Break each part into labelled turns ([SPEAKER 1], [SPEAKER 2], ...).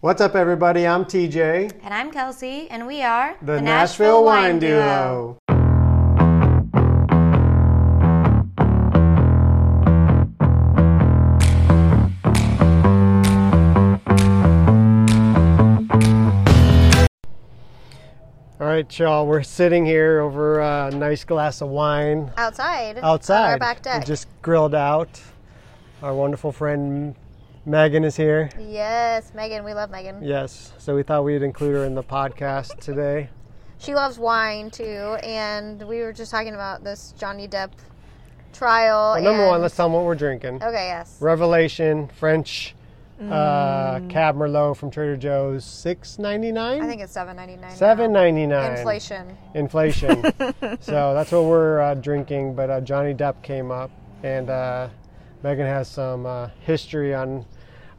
[SPEAKER 1] What's up, everybody? I'm TJ,
[SPEAKER 2] And I'm Kelsey, and we are
[SPEAKER 1] the, Nashville, Wine Duo. All right, y'all, we're sitting here over a nice glass of wine
[SPEAKER 2] Outside.
[SPEAKER 1] outside.
[SPEAKER 2] On our back deck.
[SPEAKER 1] We just grilled out. Our wonderful friend Megan is here.
[SPEAKER 2] Yes, Megan. We love Megan.
[SPEAKER 1] Yes, so we thought we'd include her in the podcast today.
[SPEAKER 2] She loves wine too, and we were just talking about this Johnny Depp trial.
[SPEAKER 1] Well, number
[SPEAKER 2] and-
[SPEAKER 1] one, let's tell them what we're drinking.
[SPEAKER 2] Okay. Yes.
[SPEAKER 1] Revelation French uh, Cab Merlot from Trader Joe's, six ninety nine.
[SPEAKER 2] Mm. I think it's seven ninety nine.
[SPEAKER 1] seven ninety nine.
[SPEAKER 2] Inflation.
[SPEAKER 1] Inflation. so that's what we're uh, drinking. But uh, Johnny Depp came up, and uh, Megan has some uh, history on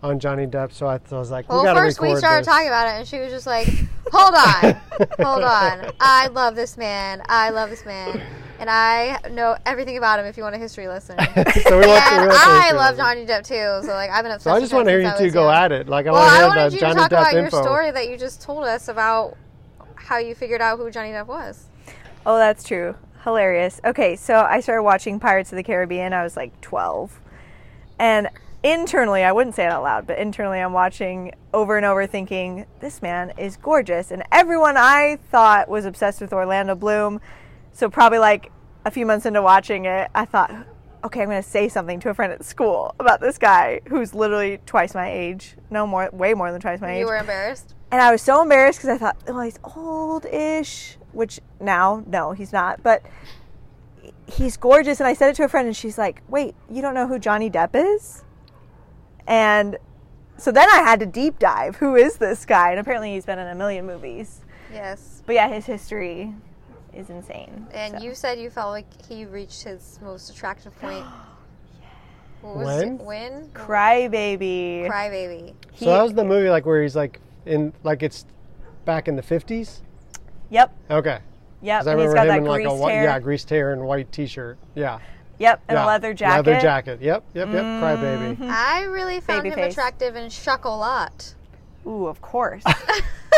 [SPEAKER 1] on Johnny Depp. So I, th- I was like, we
[SPEAKER 2] Well,
[SPEAKER 1] gotta
[SPEAKER 2] first we
[SPEAKER 1] record
[SPEAKER 2] started
[SPEAKER 1] this.
[SPEAKER 2] talking about it, and she was just like, "Hold on, hold on. I love this man. I love this man, and I know everything about him. If you want a history lesson."
[SPEAKER 1] so we
[SPEAKER 2] And
[SPEAKER 1] want to. we want to
[SPEAKER 2] I
[SPEAKER 1] hear
[SPEAKER 2] love
[SPEAKER 1] from you.
[SPEAKER 2] Johnny Depp too, so like I've been obsessed.
[SPEAKER 1] So I just want
[SPEAKER 2] with him
[SPEAKER 1] to hear
[SPEAKER 2] since
[SPEAKER 1] you
[SPEAKER 2] I
[SPEAKER 1] two
[SPEAKER 2] was
[SPEAKER 1] go
[SPEAKER 2] young.
[SPEAKER 1] at it. Like I want to
[SPEAKER 2] Well, I
[SPEAKER 1] hear
[SPEAKER 2] wanted
[SPEAKER 1] the
[SPEAKER 2] you
[SPEAKER 1] Johnny
[SPEAKER 2] to talk
[SPEAKER 1] Depp
[SPEAKER 2] about
[SPEAKER 1] info.
[SPEAKER 2] your story that you just told us about how you figured out who Johnny Depp was.
[SPEAKER 3] Oh, that's true. Hilarious. Okay, so I started watching Pirates of the Caribbean. I was like 12. And internally, I wouldn't say it out loud, but internally, I'm watching over and over thinking, this man is gorgeous. And everyone I thought was obsessed with Orlando Bloom. So, probably like a few months into watching it, I thought, okay, I'm going to say something to a friend at school about this guy who's literally twice my age. No more, way more than twice my age.
[SPEAKER 2] You were embarrassed.
[SPEAKER 3] And I was so embarrassed because I thought, well, he's old ish, which now, no, he's not. But he's gorgeous. And I said it to a friend, and she's like, wait, you don't know who Johnny Depp is? And so then I had to deep dive who is this guy? And apparently he's been in a million movies.
[SPEAKER 2] Yes.
[SPEAKER 3] But yeah, his history is insane.
[SPEAKER 2] And
[SPEAKER 3] So-
[SPEAKER 2] you said you felt like he reached his most attractive point. What
[SPEAKER 1] When?
[SPEAKER 2] It? When?
[SPEAKER 3] Crybaby.
[SPEAKER 2] Crybaby.
[SPEAKER 3] He-
[SPEAKER 1] So that was the movie like where he's like in like it's back in the fifties.
[SPEAKER 3] Yep,
[SPEAKER 1] Okay,
[SPEAKER 3] yep.
[SPEAKER 1] 'Cause I
[SPEAKER 3] And he's
[SPEAKER 1] remember
[SPEAKER 3] got
[SPEAKER 1] him
[SPEAKER 3] that
[SPEAKER 1] in like a
[SPEAKER 3] greased
[SPEAKER 1] white,
[SPEAKER 3] hair.
[SPEAKER 1] yeah greased hair and white T-shirt. Yeah,
[SPEAKER 3] Yep, and
[SPEAKER 1] yeah.
[SPEAKER 3] a leather jacket. Mm-hmm.
[SPEAKER 1] Leather jacket. Yep, yep, yep.
[SPEAKER 3] Mm.
[SPEAKER 1] Crybaby.
[SPEAKER 2] I really found
[SPEAKER 3] Baby
[SPEAKER 2] him
[SPEAKER 3] face.
[SPEAKER 2] attractive in Chocolat.
[SPEAKER 3] Ooh, of course.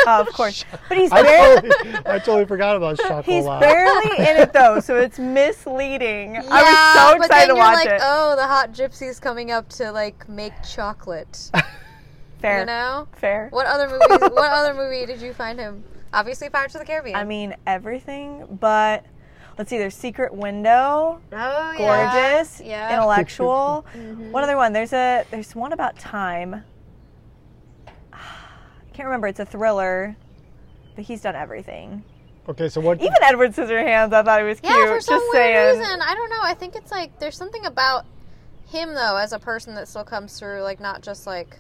[SPEAKER 3] Oh, of course. But he's
[SPEAKER 1] I
[SPEAKER 3] very.
[SPEAKER 1] totally, I totally forgot about Chocolat.
[SPEAKER 3] He's barely in it though, so it's misleading.
[SPEAKER 2] Yeah,
[SPEAKER 3] I was so
[SPEAKER 2] but then
[SPEAKER 3] excited
[SPEAKER 2] you're
[SPEAKER 3] to watch
[SPEAKER 2] like,
[SPEAKER 3] it.
[SPEAKER 2] oh, the hot gypsy's coming up to like make chocolate.
[SPEAKER 3] fair,
[SPEAKER 2] You know?
[SPEAKER 3] fair.
[SPEAKER 2] What other movies? what other movie did you find him? Obviously, Pirates of the Caribbean.
[SPEAKER 3] I mean everything, but let's see. There's Secret
[SPEAKER 2] oh,
[SPEAKER 3] Window,
[SPEAKER 2] yeah.
[SPEAKER 3] gorgeous,
[SPEAKER 2] yeah. Mm-hmm.
[SPEAKER 3] intellectual. What other one? There's a there's one about time. I can't remember. It's a thriller, but he's done everything.
[SPEAKER 1] Okay, so what?
[SPEAKER 3] Even Edward Scissorhands, I thought he was cute.
[SPEAKER 2] Yeah, for some
[SPEAKER 3] just
[SPEAKER 2] weird
[SPEAKER 3] saying.
[SPEAKER 2] reason. I don't know. I think it's like there's something about him though as a person that still comes through, like not just like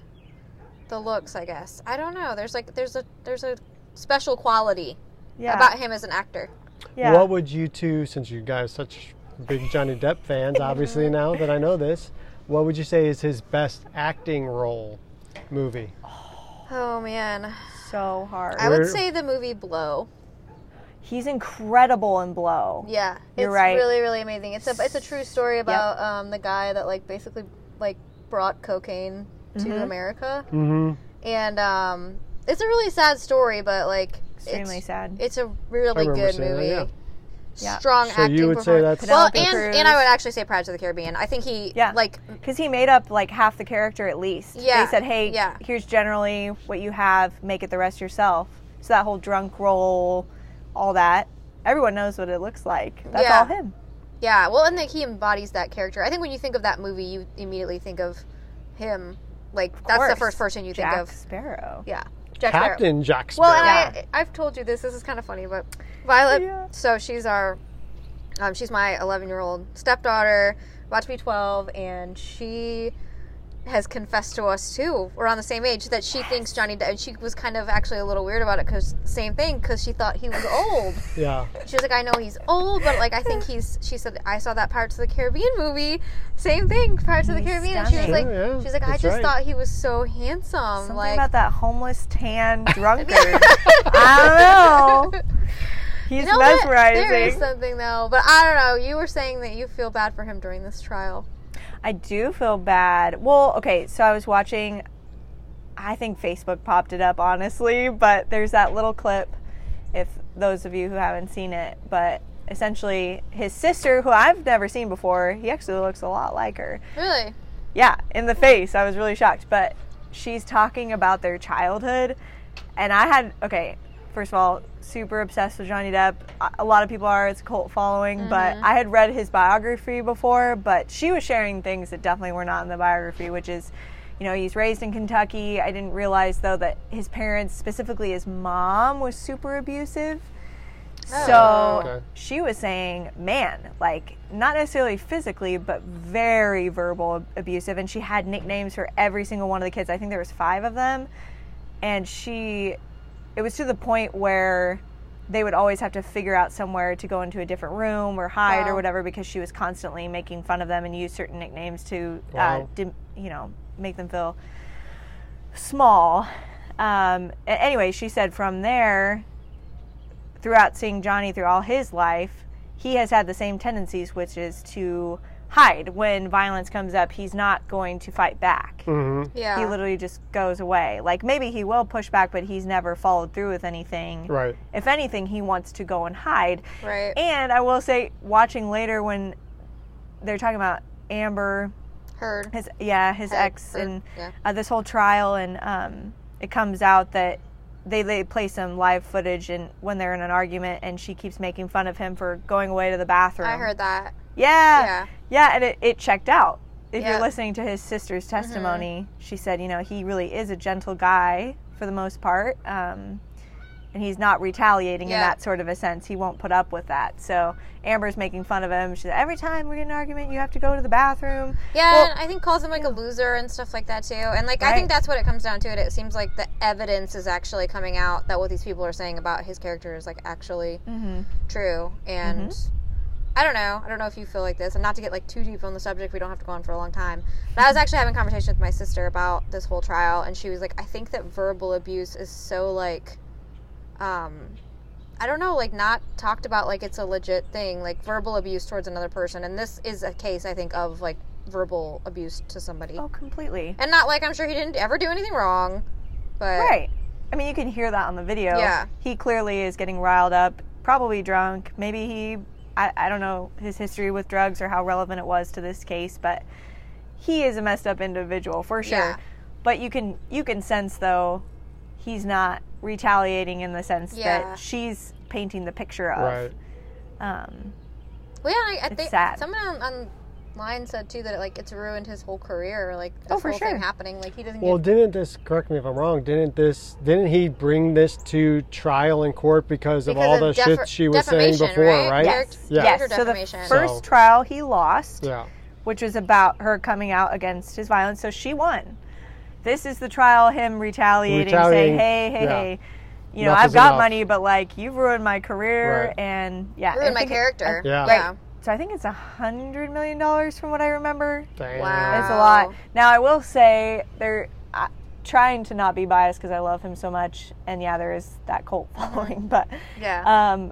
[SPEAKER 2] the looks, I guess. I don't know. There's like there's a there's a special quality
[SPEAKER 3] Yeah.
[SPEAKER 2] about him as an actor.
[SPEAKER 3] yeah.
[SPEAKER 1] What would you two, since you guys are such big Johnny Depp fans, obviously now that I know this, what would you say is his best acting role movie?
[SPEAKER 2] Oh man.
[SPEAKER 3] so hard.
[SPEAKER 2] I would
[SPEAKER 1] Where-
[SPEAKER 2] say the movie Blow.
[SPEAKER 3] He's incredible in Blow.
[SPEAKER 2] Yeah.
[SPEAKER 3] You're
[SPEAKER 2] it's
[SPEAKER 3] right.
[SPEAKER 2] really, really amazing. It's a it's a true story about um, the guy that like basically like brought cocaine to America.
[SPEAKER 1] Mm-hmm.
[SPEAKER 2] And um it's a really sad story, but like
[SPEAKER 3] Extremely
[SPEAKER 2] it's,
[SPEAKER 3] sad.
[SPEAKER 2] It's a
[SPEAKER 1] I
[SPEAKER 2] really
[SPEAKER 1] remember
[SPEAKER 2] good
[SPEAKER 1] seeing that,
[SPEAKER 2] movie.
[SPEAKER 1] yeah.
[SPEAKER 3] Yeah.
[SPEAKER 2] Strong
[SPEAKER 1] So
[SPEAKER 2] acting.
[SPEAKER 1] you would say
[SPEAKER 2] performance.
[SPEAKER 1] that's-
[SPEAKER 2] well,
[SPEAKER 3] Penelope
[SPEAKER 2] and
[SPEAKER 3] Cruz.
[SPEAKER 2] and I would actually say Pirates of the Caribbean. I think he
[SPEAKER 3] Yeah.
[SPEAKER 2] like
[SPEAKER 3] Because he made up like half the character at least.
[SPEAKER 2] Yeah,
[SPEAKER 3] They said, hey,
[SPEAKER 2] yeah.
[SPEAKER 3] here's generally what you have, make it the rest yourself. So that whole drunk roll, all that, everyone knows what it looks like. That's
[SPEAKER 2] Yeah.
[SPEAKER 3] all him.
[SPEAKER 2] yeah. Well, and like he embodies that character. I think when you think of that movie, you immediately think of him. Like that's the
[SPEAKER 3] course.
[SPEAKER 2] first person you think
[SPEAKER 3] Jack
[SPEAKER 2] of.
[SPEAKER 3] Sparrow.
[SPEAKER 2] Yeah, Jack Sparrow.
[SPEAKER 1] Captain Jack Sparrow.
[SPEAKER 2] Well, and I I've told you this. This is kind of funny, but Violet.
[SPEAKER 3] Yeah.
[SPEAKER 2] So she's our, um, she's my 11 year old stepdaughter, about to be 12, and she has confessed to us too. We're on the same age that she thinks Johnny Depp. And she was kind of actually a little weird about it because same thing because she thought he was old.
[SPEAKER 1] yeah.
[SPEAKER 2] She was like, I know he's old, but like I think he's. She said, I saw that Pirates of the Caribbean movie. Same thing, Pirates of the
[SPEAKER 3] He's
[SPEAKER 2] Caribbean. And she was
[SPEAKER 3] stunning.
[SPEAKER 2] like,
[SPEAKER 1] Sure, yeah,
[SPEAKER 2] she's like, I
[SPEAKER 1] that's
[SPEAKER 2] just
[SPEAKER 1] right.
[SPEAKER 2] thought he was so handsome.
[SPEAKER 3] Something
[SPEAKER 2] like,
[SPEAKER 3] about that homeless tan drunkard. I don't know. He's
[SPEAKER 2] You know what? There is
[SPEAKER 3] mesmerizing.
[SPEAKER 2] something though, but I don't know. You were saying that you feel bad for him during this trial.
[SPEAKER 3] I do feel bad. Well, okay, so I was watching. I think Facebook popped it up honestly, but there's that little clip if those of you who haven't seen it, but essentially his sister who I've never seen before, he actually looks a lot like her.
[SPEAKER 2] Really?
[SPEAKER 3] Yeah, in the face. I was really shocked, but she's talking about their childhood and I had okay, first of all, super obsessed with Johnny Depp. A- A lot of people are. It's a cult following, but I had read his biography before, but she was sharing things that definitely were not in the biography, which is, you know, he's raised in Kentucky. I didn't realize though that his parents, specifically his mom, was super abusive. So
[SPEAKER 2] Oh.
[SPEAKER 1] Okay.
[SPEAKER 3] she was saying, man, like not necessarily physically, but very verbal abusive. And she had nicknames for every single one of the kids. I think there was five of them. And she, it was to the point where they would always have to figure out somewhere to go into a different room or hide or
[SPEAKER 2] Wow.
[SPEAKER 3] whatever because she was constantly making fun of them and used certain nicknames to, uh,
[SPEAKER 1] Wow.
[SPEAKER 3] dim, you know, make them feel small. Um, a- anyway, she said from there, throughout seeing Johnny through all his life, he has had the same tendencies, which is to hide. When violence comes up, he's not going to fight back.
[SPEAKER 1] Mm-hmm.
[SPEAKER 2] Yeah.
[SPEAKER 3] He literally just goes away. Like maybe he will push back, but he's never followed through with anything.
[SPEAKER 1] Right.
[SPEAKER 3] If anything, he wants to go and hide.
[SPEAKER 2] right.
[SPEAKER 3] And I will say, watching later when they're talking about Amber,
[SPEAKER 2] Heard.
[SPEAKER 3] his yeah, his ex,
[SPEAKER 2] Heard.
[SPEAKER 3] and
[SPEAKER 2] yeah.
[SPEAKER 3] uh, this whole trial, and um, it comes out that they, they play some live footage and when they're in an argument, and she keeps making fun of him for going away to the bathroom.
[SPEAKER 2] I heard that.
[SPEAKER 3] Yeah, yeah,
[SPEAKER 2] Yeah.
[SPEAKER 3] and it, it checked out.
[SPEAKER 2] Yeah.
[SPEAKER 3] If
[SPEAKER 2] Mm-hmm.
[SPEAKER 3] you're listening to his sister's testimony, she said, you know, he really is a gentle guy for the most part, um, and he's not retaliating in
[SPEAKER 2] Yeah.
[SPEAKER 3] that sort of a sense. He won't put up with that. So Amber's making fun of him. She said, every time we get in an argument, you have to go to the bathroom.
[SPEAKER 2] Yeah,
[SPEAKER 3] Well-
[SPEAKER 2] and I think calls him like a loser and stuff like that too. And like I
[SPEAKER 3] Right.
[SPEAKER 2] think that's what it comes down to. It, it seems like the evidence is actually coming out that what these people are saying about his character is like actually
[SPEAKER 3] Mm-hmm.
[SPEAKER 2] true. And I don't know. I don't know if you feel like this. And not to get like too deep on the subject, we don't have to go on for a long time. But I was actually having a conversation with my sister about this whole trial, and she was like, "I think that verbal abuse is so like, um, I don't know, like not talked about like it's a legit thing, like verbal abuse towards another person. And this is a case I think of like verbal abuse to somebody,
[SPEAKER 3] Oh, completely.
[SPEAKER 2] and not like I'm sure he didn't ever do anything wrong, but
[SPEAKER 3] Right. I mean, you can hear that on the video.
[SPEAKER 2] Yeah.
[SPEAKER 3] He clearly is getting riled up, probably drunk. Maybe he, I, I don't know his history with drugs or how relevant it was to this case, but he is a messed up individual for sure.
[SPEAKER 2] Yeah.
[SPEAKER 3] But you can you can sense though he's not retaliating in the sense
[SPEAKER 2] Yeah.
[SPEAKER 3] that she's painting the picture of.
[SPEAKER 1] Right.
[SPEAKER 3] Um,
[SPEAKER 2] Well, yeah, I, I
[SPEAKER 3] It's
[SPEAKER 2] think
[SPEAKER 3] sad.
[SPEAKER 2] someone on, online said too that it, like it's ruined his whole career, like this
[SPEAKER 3] Oh, for
[SPEAKER 2] whole
[SPEAKER 3] sure.
[SPEAKER 2] thing happening. Like he doesn't
[SPEAKER 1] Well,
[SPEAKER 2] get
[SPEAKER 1] didn't this? Correct me if I'm wrong. Didn't this? Didn't he bring this to trial in court because, of
[SPEAKER 2] Because
[SPEAKER 1] all
[SPEAKER 2] of
[SPEAKER 1] the
[SPEAKER 2] defa-
[SPEAKER 1] shit she was saying
[SPEAKER 2] defamation,
[SPEAKER 1] before,
[SPEAKER 2] right?
[SPEAKER 1] right?
[SPEAKER 2] Yes.
[SPEAKER 1] Yeah.
[SPEAKER 2] Character
[SPEAKER 3] yes. So the
[SPEAKER 2] defamation.
[SPEAKER 3] first
[SPEAKER 1] So-
[SPEAKER 3] trial he lost.
[SPEAKER 1] Yeah.
[SPEAKER 3] which was about her coming out against his violence. So she won. This is the trial, him retaliating, saying,
[SPEAKER 1] Retaliating,
[SPEAKER 3] hey, hey,
[SPEAKER 1] yeah.
[SPEAKER 3] hey, you know,
[SPEAKER 1] Enough
[SPEAKER 3] I've
[SPEAKER 1] is
[SPEAKER 3] got
[SPEAKER 1] enough."
[SPEAKER 3] money, but like, you've ruined my career.
[SPEAKER 1] Right.
[SPEAKER 3] And yeah.
[SPEAKER 2] ruined
[SPEAKER 3] I
[SPEAKER 2] my
[SPEAKER 3] think it-
[SPEAKER 2] character.
[SPEAKER 1] Yeah.
[SPEAKER 2] yeah.
[SPEAKER 3] so I think it's a $100 million from what I remember.
[SPEAKER 1] Damn.
[SPEAKER 2] Wow.
[SPEAKER 3] It's a lot. Now, I will say, they're uh, trying to not be biased because I love him so much. And yeah, there is that cult following, but.
[SPEAKER 2] Yeah.
[SPEAKER 3] Um,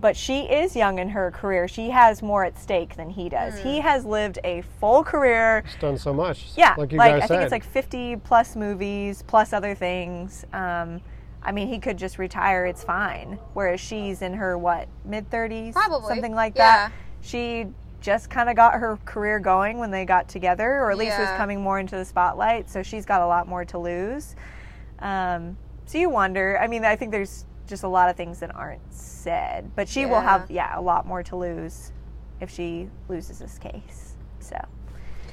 [SPEAKER 3] but she is young in her career. She has more at stake than he does. He has lived a full career.
[SPEAKER 1] She's done so much.
[SPEAKER 3] Yeah,
[SPEAKER 1] Like you guys
[SPEAKER 3] I think
[SPEAKER 1] said.
[SPEAKER 3] it's like 50 plus movies plus other things. Um, I mean, he could just retire; it's fine. Whereas she's in her what mid 30s,
[SPEAKER 2] Probably.
[SPEAKER 3] something like
[SPEAKER 2] Yeah.
[SPEAKER 3] that. She just kind of got her career going when they got together, or at least was
[SPEAKER 2] Yeah.
[SPEAKER 3] coming more into the spotlight. So she's got a lot more to lose. Um, so you wonder. I mean, I think there's just a lot of things that aren't said, but she will
[SPEAKER 2] Yeah.
[SPEAKER 3] have yeah a lot more to lose if she loses this case. So.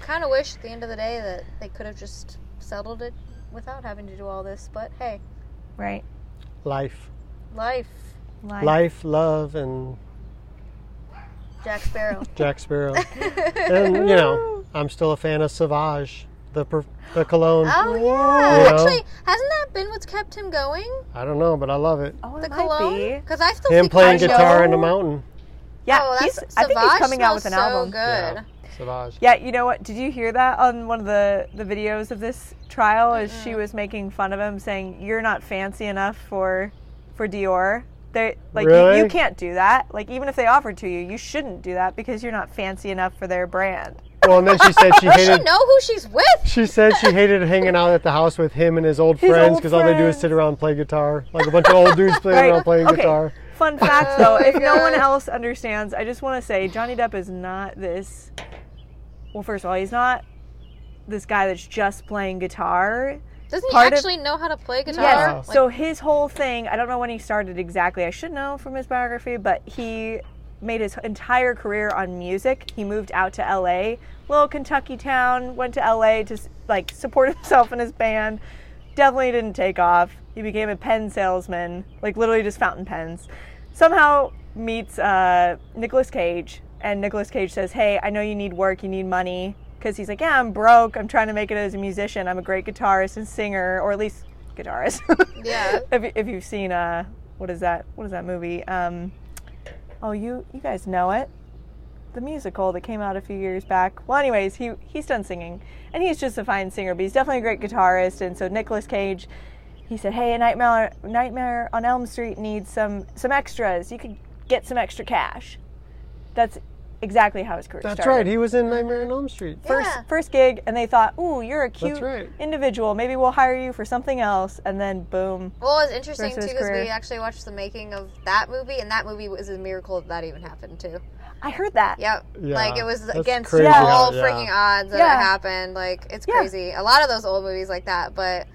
[SPEAKER 2] kind of wish at the end of the day that they could have just settled it without having to do all this. But hey,
[SPEAKER 3] Right.
[SPEAKER 1] life,
[SPEAKER 2] life,
[SPEAKER 3] Life.
[SPEAKER 1] life, love, and
[SPEAKER 2] Jack Sparrow.
[SPEAKER 1] Jack Sparrow.
[SPEAKER 2] Oh,
[SPEAKER 1] and you know, I'm still a fan of Sauvage, the per- the cologne.
[SPEAKER 2] oh yeah.
[SPEAKER 1] Yeah.
[SPEAKER 2] Actually, hasn't that been what's kept him going?
[SPEAKER 1] I don't know, but I love it.
[SPEAKER 3] Oh, it
[SPEAKER 2] The
[SPEAKER 3] might
[SPEAKER 2] cologne.
[SPEAKER 3] be.
[SPEAKER 2] Because I still
[SPEAKER 1] Him
[SPEAKER 2] think
[SPEAKER 1] playing
[SPEAKER 2] I know-
[SPEAKER 1] guitar in the mountain.
[SPEAKER 3] Yeah,
[SPEAKER 2] Oh,
[SPEAKER 3] he's,
[SPEAKER 2] that's
[SPEAKER 3] I think he's
[SPEAKER 2] Savage
[SPEAKER 3] coming out with an
[SPEAKER 2] smells So
[SPEAKER 3] album.
[SPEAKER 1] Yeah.
[SPEAKER 2] good.
[SPEAKER 1] Sauvage.
[SPEAKER 3] Yeah, you know what? Did you hear that on one of the, the videos of this trial? As she was making fun of him, saying, "You're not fancy enough for for Dior. They like you, you
[SPEAKER 1] Really?
[SPEAKER 3] can't do that. Like even if they offered to you, you shouldn't do that because you're not fancy enough for their brand."
[SPEAKER 1] Well, and then she said she
[SPEAKER 2] Does she
[SPEAKER 1] hated.
[SPEAKER 2] know who she's with?
[SPEAKER 1] She said she hated hanging out at the house with him and his old
[SPEAKER 3] His
[SPEAKER 1] friends
[SPEAKER 3] old
[SPEAKER 1] because all they do is
[SPEAKER 3] friends.
[SPEAKER 1] sit around and play guitar, like a bunch of old dudes playing
[SPEAKER 3] Right.
[SPEAKER 1] around playing
[SPEAKER 3] Okay.
[SPEAKER 1] guitar.
[SPEAKER 3] Fun fact though,
[SPEAKER 2] Oh my
[SPEAKER 3] if no one
[SPEAKER 2] gosh.
[SPEAKER 3] else understands, I just want to say Johnny Depp is not this. Well, first of all, he's not this guy that's just playing guitar.
[SPEAKER 2] Doesn't he
[SPEAKER 3] Part of-
[SPEAKER 2] actually know how to play guitar?
[SPEAKER 3] Yes.
[SPEAKER 1] Wow.
[SPEAKER 2] Like,
[SPEAKER 3] So his whole thing, I don't know when he started exactly. I should know from his biography, but he made his entire career on music. He moved out to LA, little Kentucky town, went to LA to like support himself and his band. Definitely didn't take off. He became a pen salesman, like literally just fountain pens. Somehow meets uh, Nicolas Cage, and Nicolas Cage says, "Hey, I know you need work. You need money." Because he's like, yeah, I'm broke. I'm trying to make it as a musician. I'm a great guitarist and singer, or at least guitarist.
[SPEAKER 2] yeah.
[SPEAKER 3] if, you- if you've seen uh what is that what is that movie um oh you you guys know it the musical that came out a few years back well anyways he he's done singing and he's just a fine singer but he's definitely a great guitarist and so Nicolas Cage he said hey a nightmare nightmare on Elm Street needs some some extras you could get some extra cash that's exactly how his career
[SPEAKER 1] That's
[SPEAKER 3] started
[SPEAKER 1] right. He was in Nightmare on Elm Street.
[SPEAKER 3] first
[SPEAKER 2] Yeah.
[SPEAKER 3] first gig and they thought ooh you're a cute
[SPEAKER 1] right.
[SPEAKER 3] individual maybe we'll hire you for something else and then boom
[SPEAKER 2] Well, it's interesting
[SPEAKER 3] Rest of
[SPEAKER 2] too
[SPEAKER 3] his
[SPEAKER 2] because we
[SPEAKER 3] career.
[SPEAKER 2] actually watched the making of that movie, and that movie was a miracle that, that even happened too.
[SPEAKER 3] I heard that
[SPEAKER 2] Yep.
[SPEAKER 1] Yeah,
[SPEAKER 2] like it was
[SPEAKER 1] that's
[SPEAKER 2] against
[SPEAKER 1] crazy how-
[SPEAKER 2] all
[SPEAKER 1] yeah.
[SPEAKER 2] freaking odds that
[SPEAKER 3] Yeah.
[SPEAKER 2] it happened. Like it's
[SPEAKER 3] Yeah.
[SPEAKER 2] crazy. A lot of those old movies like that, but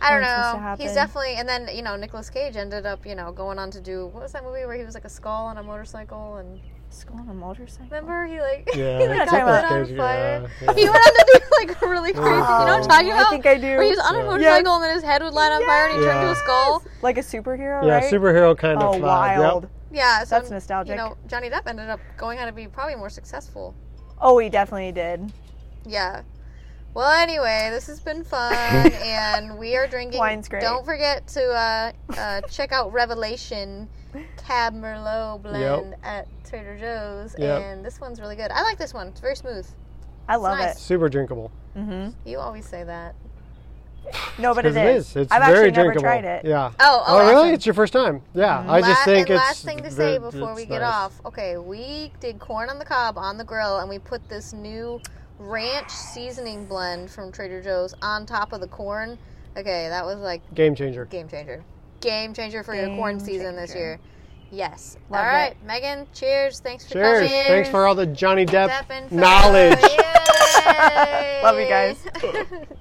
[SPEAKER 2] I don't
[SPEAKER 3] Weren't supposed to
[SPEAKER 2] know. He's
[SPEAKER 3] happen.
[SPEAKER 2] definitely and then you know Nicolas Cage ended up you know going on to do what was that movie where he was like a skull on a motorcycle and
[SPEAKER 3] School on a motorcycle.
[SPEAKER 2] remember he like
[SPEAKER 1] Yeah,
[SPEAKER 2] he like
[SPEAKER 3] that's what
[SPEAKER 2] got
[SPEAKER 3] I'm
[SPEAKER 2] lit
[SPEAKER 1] talking
[SPEAKER 2] on
[SPEAKER 1] about.
[SPEAKER 2] fire.
[SPEAKER 1] Yeah, yeah.
[SPEAKER 2] He went on to do like really crazy. you know what I'm talking about?
[SPEAKER 3] Oh, I think I do.
[SPEAKER 2] Where he was on a
[SPEAKER 1] Yeah.
[SPEAKER 2] motorcycle
[SPEAKER 3] Yes.
[SPEAKER 2] and then his head would light on fire and he turned into a
[SPEAKER 1] Yes.
[SPEAKER 2] skull.
[SPEAKER 3] like a superhero,
[SPEAKER 1] Yeah,
[SPEAKER 3] right?
[SPEAKER 1] superhero kind
[SPEAKER 3] oh,
[SPEAKER 1] of vibe.
[SPEAKER 3] wild.
[SPEAKER 1] Yep.
[SPEAKER 2] Yeah, so
[SPEAKER 3] That's nostalgic.
[SPEAKER 2] You know, Johnny Depp ended up going on to be probably more successful.
[SPEAKER 3] Oh, he definitely did.
[SPEAKER 2] Yeah. Well, anyway, this has been fun, and we are drinking.
[SPEAKER 3] Wine's great.
[SPEAKER 2] Don't forget to uh, uh, check out Revelation Cab Merlot blend at Trader Joe's,
[SPEAKER 1] Yep.
[SPEAKER 2] and this one's really good. I like this one; it's very smooth.
[SPEAKER 3] I love
[SPEAKER 2] nice.
[SPEAKER 1] Super drinkable.
[SPEAKER 3] it. Mm-hmm.
[SPEAKER 2] You always say that.
[SPEAKER 3] No, but
[SPEAKER 1] 'Cause
[SPEAKER 3] it is.
[SPEAKER 1] It's
[SPEAKER 3] I've
[SPEAKER 1] very
[SPEAKER 3] actually never
[SPEAKER 1] drinkable.
[SPEAKER 3] tried it.
[SPEAKER 1] Yeah.
[SPEAKER 2] Oh,
[SPEAKER 1] Oh,
[SPEAKER 2] oh,
[SPEAKER 1] really?
[SPEAKER 2] awesome.
[SPEAKER 1] It's your first time? Yeah. I just
[SPEAKER 2] La-
[SPEAKER 1] think
[SPEAKER 2] and
[SPEAKER 1] it's.
[SPEAKER 2] last thing to say
[SPEAKER 1] very-
[SPEAKER 2] before we
[SPEAKER 1] it's
[SPEAKER 2] get
[SPEAKER 1] nice.
[SPEAKER 2] off. Okay, we did corn on the cob on the grill, and we put this new ranch seasoning blend from Trader Joe's on top of the corn. Okay, that was like
[SPEAKER 1] Game changer.
[SPEAKER 2] game changer, game changer for your
[SPEAKER 3] Game
[SPEAKER 2] corn season this
[SPEAKER 3] changer.
[SPEAKER 2] year. Yes.
[SPEAKER 3] Love
[SPEAKER 2] all right, Megan. Cheers. Thanks for
[SPEAKER 1] Cheers.
[SPEAKER 2] coming.
[SPEAKER 1] Thanks for all the Johnny Depp
[SPEAKER 2] Step in for-
[SPEAKER 1] knowledge.
[SPEAKER 2] Yay.
[SPEAKER 3] Love you guys.